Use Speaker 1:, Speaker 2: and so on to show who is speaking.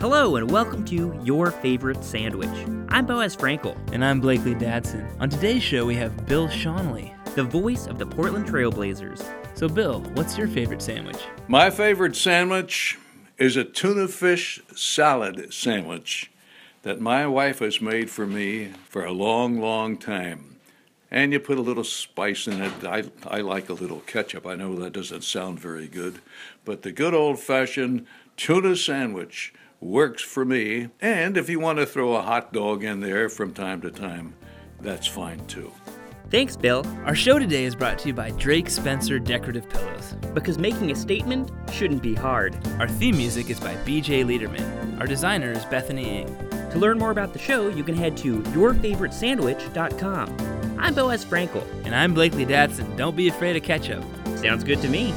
Speaker 1: Hello, and welcome to Your Favorite Sandwich. I'm Boaz Frankel,
Speaker 2: And I'm Blakely Dadson. On today's show, we have Bill Shawnley.
Speaker 1: the voice of the Portland Trailblazers.
Speaker 2: So, Bill, what's your favorite sandwich?
Speaker 3: My favorite sandwich is a tuna fish salad sandwich that my wife has made for me for a long, long time. And you put a little spice in it. I, I like a little ketchup. I know that doesn't sound very good, but the good old fashioned tuna sandwich works for me. And if you want to throw a hot dog in there from time to time, that's fine too.
Speaker 1: Thanks, Bill,
Speaker 2: Our show today is brought to you by Drake Spencer Decorative Pillows.
Speaker 1: because making a statement shouldn't be hard.
Speaker 2: Our theme music is by BJ Liederman. Our designer is Bethany Ng.
Speaker 1: To learn more about the show, you can head to yourfavoritesandwich.com. I'm Boaz Frankel.
Speaker 2: And I'm Blakely Dadson. Don't be afraid of ketchup.
Speaker 1: Sounds good to me.